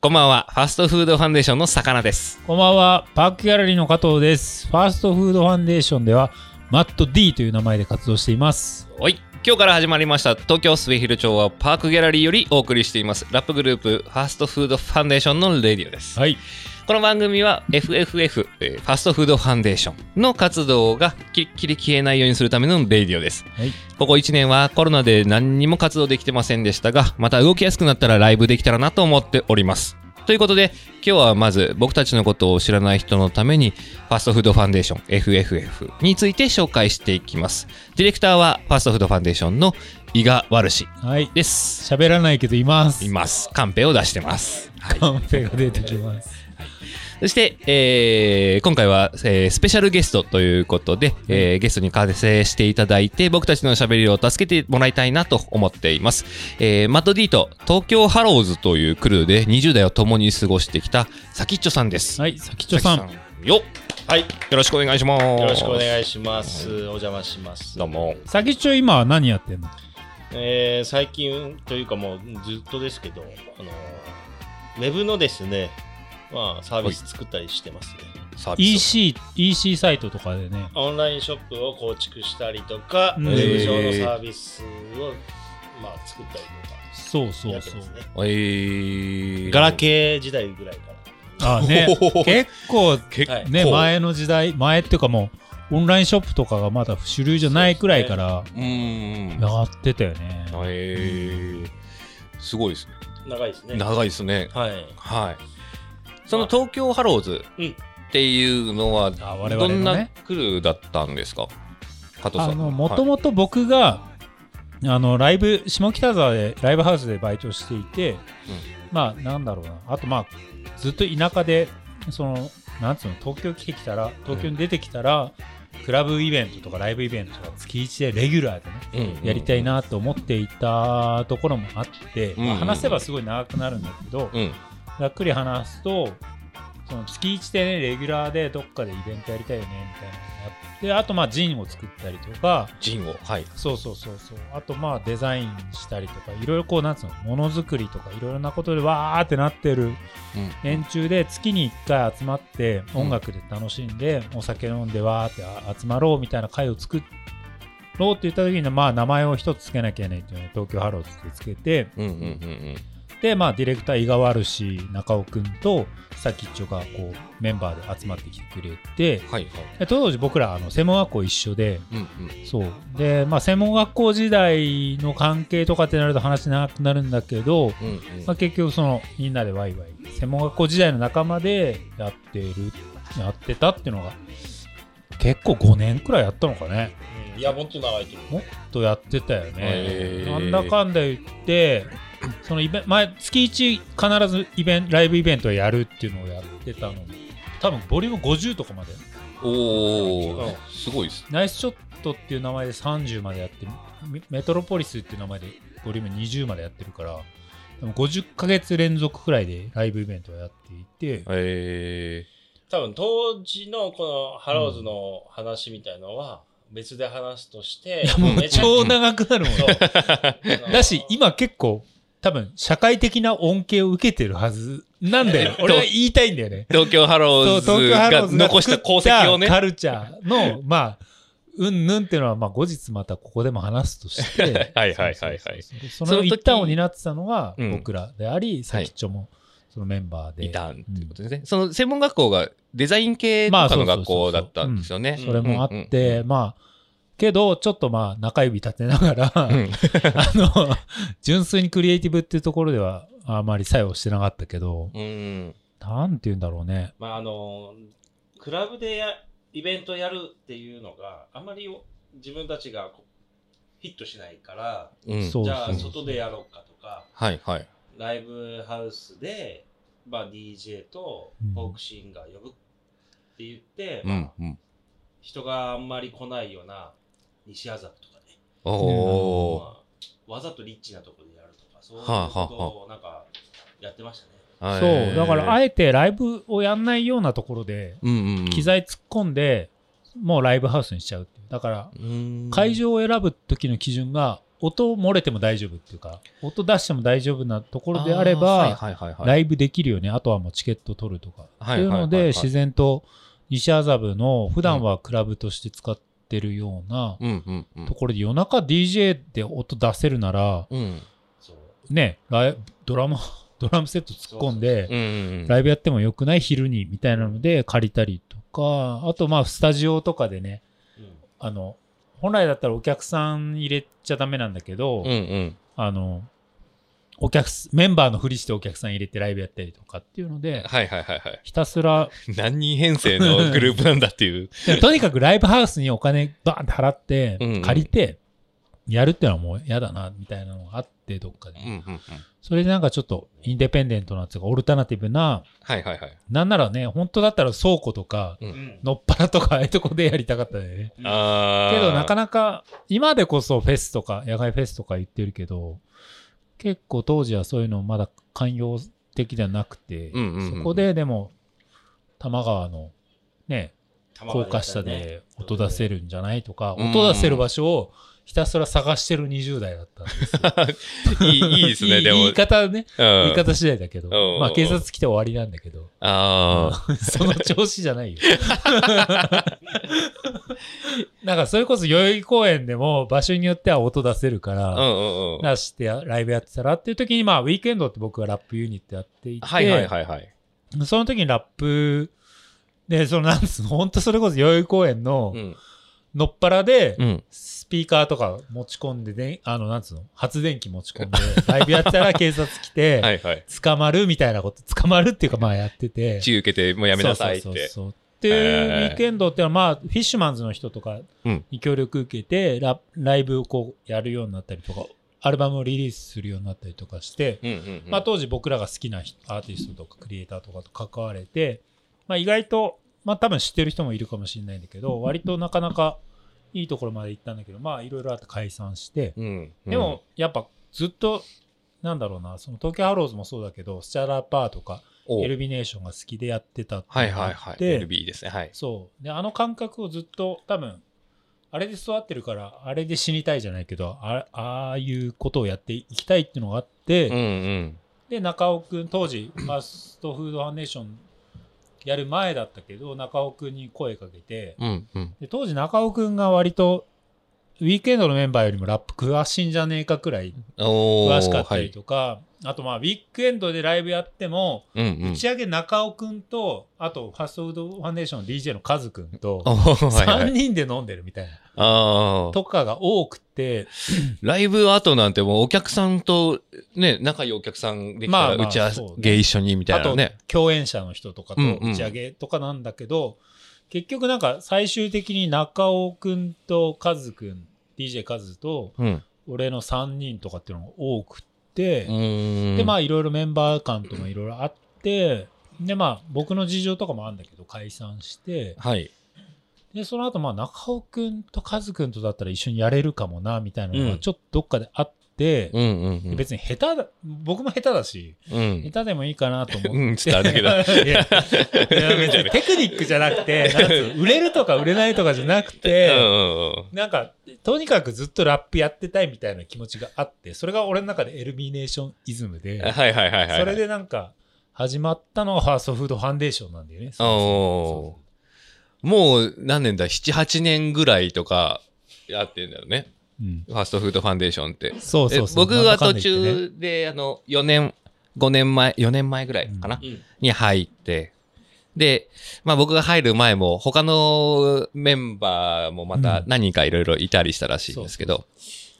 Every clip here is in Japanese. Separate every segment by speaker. Speaker 1: こんばんは。ファストフードファンデーションの魚です。
Speaker 2: こんばんは、パークギャラリーの加藤です。ファーストフードファンデーションでは、マット D という名前で活動しています。
Speaker 1: おい。今日から始まりました東京末広町はパークギャラリーよりお送りしていますラップグループファストフードファンデーションのレディオです。
Speaker 2: はい。
Speaker 1: この番組は FFF、えーファストフードファンデーションの活動がきっきり消えないようにするためのレディオです。
Speaker 2: はい
Speaker 1: ここ1年はコロナで何にも活動できてませんでしたが、また動きやすくなったらライブできたらなと思っております。ということで、今日はまず僕たちのことを知らない人のために、ファストフードファンデーション FFF について紹介していきます。ディレクターはファストフードファンデーションの伊賀ワルシ
Speaker 2: はい。
Speaker 1: です。
Speaker 2: 喋らないけど、います。
Speaker 1: います。カンペを出してます。はい
Speaker 2: カンペが出てきます。
Speaker 1: そして、えー今回は、えースペシャルゲストということで、えーゲストに完成していただいて、僕たちの喋りを助けてもらいたいなと思っています。えーマット D と東京ハローズというクルーで20代を共に過ごしてきたサキッチョさんです。
Speaker 2: はい、さきちょさ
Speaker 1: サ
Speaker 2: ん。
Speaker 1: キッチョさん。よっ
Speaker 3: はい、
Speaker 1: よろしくお願いします。
Speaker 3: よろしくお願いします。お邪魔します。
Speaker 1: どうも。
Speaker 2: さきちょ今は何やってんの
Speaker 3: えー最近というかもうずっとですけど、あのウェブのですね、まあサービス作ったりしてますね。
Speaker 1: サービス
Speaker 2: ?EC、EC サイトとかでね。
Speaker 3: オンラインショップを構築したりとか、
Speaker 2: う
Speaker 3: ウ
Speaker 2: ん
Speaker 3: ェブ上のサービスをまあ作ったりとか
Speaker 2: そうそ
Speaker 3: や
Speaker 2: う
Speaker 3: って
Speaker 2: そう
Speaker 3: ま。すね。
Speaker 1: を。えー、
Speaker 3: ガラケー時代ぐらいから。
Speaker 2: あね、結構、
Speaker 1: 結構、
Speaker 3: はい
Speaker 2: ね、前の時代、前っていうかもう、オンラインショップとかがまだ主流じゃないくらいから
Speaker 1: うーん。
Speaker 2: やってたよね。
Speaker 1: えー、すごいですね。
Speaker 3: 長いですね。
Speaker 1: 長いですね。
Speaker 3: はい。
Speaker 1: はい。その東京ハローズ
Speaker 3: うん
Speaker 1: っていうのは、
Speaker 2: あ我
Speaker 1: ど
Speaker 2: 々の
Speaker 1: ん
Speaker 2: ね
Speaker 1: なクルーだったんですか加藤さん。
Speaker 2: あのもともと僕が、あのライブ下北沢でライブハウスでバイトしていて、まあなんだろうなあとまあずっと田舎でそのなんつうの東京来てきたら東京に出てきたら、クラブイベントとかライブイベントとか月1でレギュラーでね
Speaker 1: はいうん
Speaker 2: やりたい。なと思っていたところもあって、
Speaker 1: うん
Speaker 2: まあ話せばすごい長くなるんだけど、
Speaker 1: うん。
Speaker 2: ざっくり話すとその月1でねレギュラーでどっかでイベントやりたいよねみたいなのがあってあとまあジンを作ったりとか
Speaker 1: ジンを。はい。
Speaker 2: そうそうそうそうあとまあデザインしたりとかいろいろこうなんつうのものづくりとかいろいろなことでわーってなってる連中で月に1回集まって
Speaker 1: うん
Speaker 2: 音楽で楽しんでお酒飲んでわーって集まろうみたいな会を作ろうって言った時にまあ名前を一つつけなきゃいけないっていうので東京ハローズってつけて
Speaker 1: うんうんうん
Speaker 2: でまあディレクター伊賀ワルシ中尾君とさきっちょがこうメンバーで集まってきてくれて
Speaker 1: うん。はいはい。
Speaker 2: で当時僕らあの専門学校一緒で
Speaker 1: うん
Speaker 2: そうでまあ専門学校時代の関係とかってなると話長くなるんだけど、
Speaker 1: うん。うんうん
Speaker 2: まあ、結局そのみんなでワイワイ専門学校時代の仲間でやってるやってたっていうのが結構5年くらいやったのかね
Speaker 3: うんいや、もっと長いと思う。
Speaker 2: もっとやってたよね、
Speaker 1: へー
Speaker 2: なんだかんだ言ってそのイベン前月1必ずイベンライブイベントをやるっていうのをやってたの多分ボリューム50とかまで
Speaker 1: お
Speaker 3: う
Speaker 1: お
Speaker 3: ん。
Speaker 1: すごいです。
Speaker 2: ナイスショットっていう名前で30までやってメメトロポリスっていう名前でボリューム20までやってるからでも50ヶ月連続くらいでライブイベントをやっていて
Speaker 1: え
Speaker 3: 多分当時のこのハローズの話みたいのは別で話すとして、
Speaker 2: もう
Speaker 3: めちゃくちゃ
Speaker 2: 超長くなるもん
Speaker 3: そ う
Speaker 2: だし、今結構多分社会的な恩恵を受けてるはずなんだよ
Speaker 1: えっと
Speaker 2: 俺は言いたいんだよね
Speaker 1: ー、東京ハロ
Speaker 2: そ
Speaker 1: ー
Speaker 2: う
Speaker 1: ズ
Speaker 2: 東京ハロー
Speaker 1: が
Speaker 2: ズが
Speaker 1: 残した功績をね
Speaker 2: 作った。カルチャーの、まあ、うんぬんっていうのは、まあ、後日またここでも話すとして。
Speaker 1: はいはいはいはい
Speaker 2: そうそうそう
Speaker 1: そ
Speaker 2: そ
Speaker 1: の
Speaker 2: の
Speaker 1: 時
Speaker 2: 一端を担ってたのが
Speaker 1: うん
Speaker 2: 僕らであり、さきっちょもそのメンバーで。
Speaker 1: いたんっていうことですね。その専門学校がデザイン系と
Speaker 2: まあ
Speaker 1: か
Speaker 2: そうそ
Speaker 1: の
Speaker 2: うそう
Speaker 1: 学校だったんですよね。
Speaker 2: それもあっ
Speaker 1: うんうん
Speaker 2: て、まあ、けど、ちょっとまあ、中指立てながら、
Speaker 1: うん
Speaker 2: あの、純粋にクリエイティブっていうところでは、あまり作用してなかったけど、
Speaker 1: うん。
Speaker 2: なんて言うんだろうね。
Speaker 3: まああのクラブでやイベントやるっていうのがあまり自分たちがこヒットしないから
Speaker 1: うん。
Speaker 2: そう
Speaker 3: じゃあ
Speaker 2: そう
Speaker 3: 外でやろうかとか
Speaker 1: はいはい。
Speaker 3: ライブハウスで、まあ、DJ とフォークシンガー呼ぶって言って、
Speaker 1: うん
Speaker 3: まあ
Speaker 1: うん。
Speaker 3: 人があんまり来ないような西麻布とかね、
Speaker 1: おー。
Speaker 3: まあわざとリッチなところでやるとかそういう
Speaker 1: はあはあ
Speaker 3: ことをなんかやってましたね。
Speaker 2: そう、だから、
Speaker 1: あ
Speaker 2: あえてライブをやんないようなところで、
Speaker 1: うんうんうん、
Speaker 2: 機材突っ込んで、もうライブハウスにしちゃうっていうだから
Speaker 1: うん
Speaker 2: 会場を選ぶ時の基準が音漏れても大丈夫っていうか、音出しても大丈夫なところであれ
Speaker 1: ーは
Speaker 2: ば、
Speaker 1: いはいはいは
Speaker 2: ラ
Speaker 1: い。
Speaker 2: イブできるよね、あとはもうチケット取るとか。
Speaker 1: はい
Speaker 2: ってい
Speaker 1: は
Speaker 2: うの
Speaker 1: いはいは
Speaker 2: で、
Speaker 1: い
Speaker 2: 自然と西麻布の普段はクラブとして使ってるような
Speaker 1: うんうんうん
Speaker 2: と。ころで、夜中 DJ で音出せるなら、
Speaker 1: うん
Speaker 3: そう
Speaker 2: ね、ライドラム、ドラムセット突っ込ん
Speaker 1: う
Speaker 2: で、
Speaker 1: んうん
Speaker 2: ライブやってもよくない昼にみたいなので借りたりとか、あとまあスタジオとかでね、
Speaker 3: うん
Speaker 2: あの、本来だったらお客さん入れちゃダメなんだけど、
Speaker 1: うんうん
Speaker 2: あの、お客す、メンバーのふりしてお客さん入れてライブやったりとかっていうので、
Speaker 1: はいはいはいはい。
Speaker 2: ひたすら、
Speaker 1: 何人編成のグループなんだっていう。
Speaker 2: でもとにかくライブハウスにお金バーンって払って
Speaker 1: うんうん、
Speaker 2: 借りて、やるってのはもう嫌だな、みたいなのがあって、どっかで
Speaker 1: うん。うんうん
Speaker 2: それでなんかちょっと、インデペンデントなっていうか、オルタナティブな、
Speaker 1: はいはいはい。
Speaker 2: なんならね、本当だったら倉庫とか、
Speaker 1: う
Speaker 2: のっぱらとか、ああいうとこでやりたかったよね。
Speaker 1: あー
Speaker 2: けどなかなか今でこそフェスとか野外フェスとか言ってるけど結構当時はそういうのまだ寛容的じゃなくて、
Speaker 1: うんうんうん
Speaker 2: そこででも多摩川のね高架下で音出せるんじゃないとか、
Speaker 1: うん
Speaker 2: 音出せる場所をひたすら探してる20代だったんです よ
Speaker 1: いいいいですね、
Speaker 2: い
Speaker 1: でも。
Speaker 2: 言い方ね、
Speaker 1: うん
Speaker 2: 言い方次第だけど、
Speaker 1: うん
Speaker 2: まあ警察来て終わりなんだけど、
Speaker 1: あ
Speaker 2: その調子じゃないよ。 なんかそれこそ代々木公園でも場所によっては音出せるか
Speaker 1: あ。
Speaker 2: ら、
Speaker 1: うんうんうん。
Speaker 2: 出してライブやってたらっていう時にまあウィークエンドって僕はラップユニットやっていて、
Speaker 1: はいはいはいはい。
Speaker 2: その時にラップでそのなんつうの本当それこそ代々木公園の
Speaker 1: うん。
Speaker 2: のっ腹で
Speaker 1: うん。
Speaker 2: スピーカーとか持ち込んでであのなんつうの発電機持ち込 んでライブやってたら警察来
Speaker 1: は
Speaker 2: て
Speaker 1: いはい。
Speaker 2: 捕まるみたいなこと捕まるっていうかまあやってて
Speaker 1: 自由受けて、もうやめなさいって。
Speaker 2: そうそうそうそうっていうウィークエンドってのは、まあ、フィッシュマンズの人とか
Speaker 1: うん
Speaker 2: に協力受けてラ、ライブをこうやるようになったりとか、アルバムをリリースするようになったりとかして、
Speaker 1: うんうんうん。
Speaker 2: まあ、当時僕らが好きな人アーティストとかクリエイターとかと関われて、まあ、意外と、まあ、多分知ってる人もいるかもしれないんだけど、割となかなかいいところまで行ったんだけど、まあ、いろいろあって解散して、
Speaker 1: うん、うん。
Speaker 2: でも、やっぱずっと、なんだろうな、その東京ハローズもそうだけど、スチャラーパーとか、
Speaker 1: お、
Speaker 2: エルビネーションが好きでやってたって
Speaker 1: はい
Speaker 2: のがあ
Speaker 1: はい
Speaker 2: って
Speaker 1: はい。LB ですね。はい。
Speaker 2: そうであの感覚をずっと多分あれで育ってるからあれで死にたいじゃないけどあああいうことをやっていきたいっていうのがあって、
Speaker 1: うんうん。
Speaker 2: で中尾君当時ファストフードファンデーションやる前だったけど中尾君に声かけて
Speaker 1: うんうん。
Speaker 2: で当時中尾君が割とウィークエンドのメンバーよりもラップ詳しいんじゃねえかくらい
Speaker 1: おー
Speaker 2: 詳しかったりとか、あとまあウィークエンドでライブやっても
Speaker 1: はい、うんうん
Speaker 2: 打。ち上げ中尾くんと、あと、ファストフードファンデーションの DJ のカズくんと
Speaker 1: お、ー はいは
Speaker 2: 3
Speaker 1: い。
Speaker 2: 人で飲んでるみたいな、
Speaker 1: ああ。
Speaker 2: とかが多くて、
Speaker 1: ライブ後なんてもうお客さんと、ね、仲良いお客さんできた
Speaker 2: ま
Speaker 1: ら
Speaker 2: あまあ
Speaker 1: 打ち上
Speaker 2: そう
Speaker 1: げ
Speaker 2: ね
Speaker 1: 一緒にみた
Speaker 2: あ
Speaker 1: いな
Speaker 2: と
Speaker 1: ね。、
Speaker 2: 共演者の人とかと
Speaker 1: うんうん
Speaker 2: 打ち上げとかなんだけど、結局なんか最終的に中尾くんとカズくん、DJ カズと、
Speaker 1: うん。
Speaker 2: 俺の3人とかっていうのが多くて、
Speaker 1: で
Speaker 2: で、ま
Speaker 1: あ、
Speaker 2: あいろいろメンバー間ともいろいろあって、で、まあ僕の事情とかもあるんだけど、解散して、
Speaker 1: はい。
Speaker 2: で、その後、まあ、中尾くんとカズくんとだったら一緒にやれるかもな、みたいなの
Speaker 1: う
Speaker 2: が、
Speaker 1: ん
Speaker 2: ちょっとどっかであって、
Speaker 1: うんうんうん。
Speaker 2: 別に下手だ、僕も下手だし、
Speaker 1: うん
Speaker 2: 下。手でもいいかなと思って。
Speaker 1: うん、つったら だけど。
Speaker 2: いやいや別にテクニックじゃなくて、なんつう売れるとか売れないとかじゃなく
Speaker 1: うん
Speaker 2: て、
Speaker 1: うんうん。
Speaker 2: なんか、とにかくずっとラップやってたいみたいな気持ちがあって、それが俺の中でエルミネーションイズムで、
Speaker 1: はいはいはいはい。
Speaker 2: それでなんか、始まったのがファーストフードファンデーションなんだよね。
Speaker 1: おおー。もう何年だ ?7、8年ぐらいとかやってんだよね。
Speaker 2: うん
Speaker 1: ファストフードファンデーションって。
Speaker 2: そうそうそう。
Speaker 1: え僕は
Speaker 2: なんだか
Speaker 1: 途
Speaker 2: んだ言ってね
Speaker 1: 中で、あの、4年、5年前、4年前ぐらいかな、
Speaker 3: うん
Speaker 1: に入って、で、まあ僕が入る前も、他のメンバーもまた
Speaker 2: うん
Speaker 1: 何人かいろいろいたりしたらしいんですけど、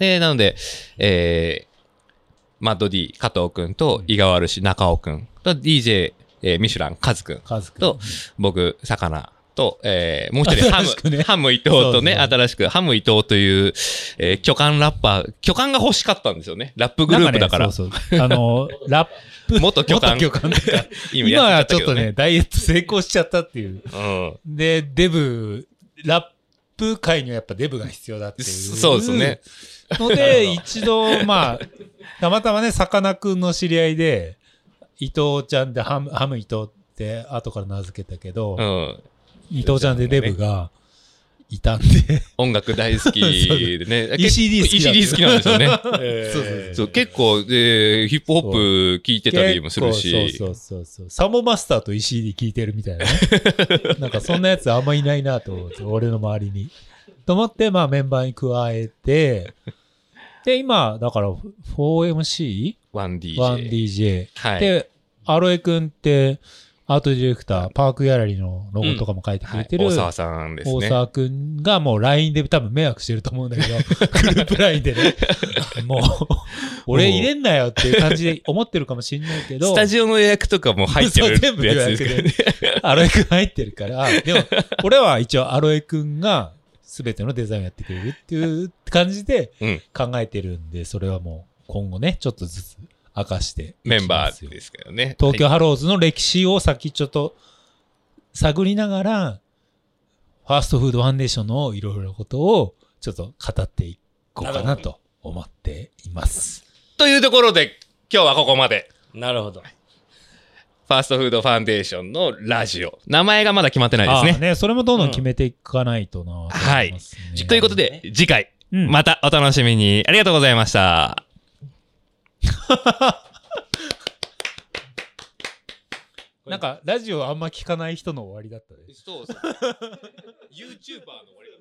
Speaker 1: で、なので、えー、マッド D、加藤くんと、井川るし、中尾くんと、DJ、えーミシュラン、カズくん
Speaker 2: カズくん
Speaker 1: と僕、魚と、えーもう一人、ハ
Speaker 2: 新しく
Speaker 1: ム、
Speaker 2: ね
Speaker 1: ハム伊藤とね、
Speaker 2: そうそう
Speaker 1: 新しく、ハム伊藤という、えー巨漢ラッパー、巨漢が欲しかったんですよね。ラップグループだから。
Speaker 2: なんねそうそう あの、ラップ。
Speaker 1: 元巨漢
Speaker 2: 元巨漢って いうか今
Speaker 1: や
Speaker 2: は
Speaker 1: っちゃた
Speaker 2: ちょ
Speaker 1: け
Speaker 2: っ
Speaker 1: ど
Speaker 2: とね、ダイエット成功しちゃったっていう。
Speaker 1: うん。
Speaker 2: で、デブ、ラップ界にはやっぱデブが必要だっていう。
Speaker 1: そうですね。。
Speaker 2: ので、一度、まあ、たまたまね、さかなクンの知り合いで、伊藤ちゃんで、ハム、ハム伊藤って後から名付けたけど、
Speaker 1: うん。
Speaker 2: 伊藤ちゃんでデブが、いたんで、
Speaker 1: 音楽大好きで ね。
Speaker 2: ECD 好きだった
Speaker 1: ECD 好きなんですよね。
Speaker 2: そうそう
Speaker 1: そう結構、で、ヒップホップ聞いてたりもする
Speaker 2: 結
Speaker 1: し。
Speaker 2: 構そうそうそうそう。サモマスターと ECD 聞いてるみた いなね。なんかそんなやつあんまいないなと思って、俺の周りに。と思って、まあメンバーに加えて、で、今、だから 4MC?1DJ。
Speaker 1: 1DJ。
Speaker 2: 1DJ
Speaker 1: はい。
Speaker 2: で、アロエ君って、アートディレクター、パークギャラリーのロゴとかも書いてく
Speaker 1: は
Speaker 2: れ
Speaker 1: い
Speaker 2: てる、
Speaker 1: 大沢さんです
Speaker 2: 大
Speaker 1: ね。
Speaker 2: 沢くんがもう LINE で多分迷惑してると思うん だけど、グループ LINE でね、もう、俺入れんなよっていう感じで思ってるかもしんないけど、
Speaker 1: スタジオの予約とかも入ってる
Speaker 2: そう全
Speaker 1: っ
Speaker 2: 部
Speaker 1: て
Speaker 2: 予
Speaker 1: やつ
Speaker 2: 約
Speaker 1: ですからね。
Speaker 2: で、アロエくん入ってるから、でも、俺は一応アロエくんが全てのデザインをやってくれるっていう感じで
Speaker 1: うん
Speaker 2: 考えてるんで、それはもう今後ね、ちょっとずつ明かしていきますよ。
Speaker 1: メンバーですけどね。
Speaker 2: 東京ハローズの歴史を先ちょっと探りながら、ファーストフードファンデーションのいろいろなことをちょっと語っていこうかなと思っています。
Speaker 1: というところで、今日はここまで。
Speaker 3: なるほど。
Speaker 1: ファーストフードファンデーションのラジオ。名前がまだ決まってないです
Speaker 2: あ
Speaker 1: ね。
Speaker 2: ね。それもどんどん決めていかないとな、
Speaker 1: はい
Speaker 2: 思ますね
Speaker 1: ということ、で、次回、
Speaker 2: うん
Speaker 1: またお楽しみに。ありがとうございました。
Speaker 2: なんかラジオあんま聞かない人の終わりだったね。
Speaker 1: そうそう。YouTuber の割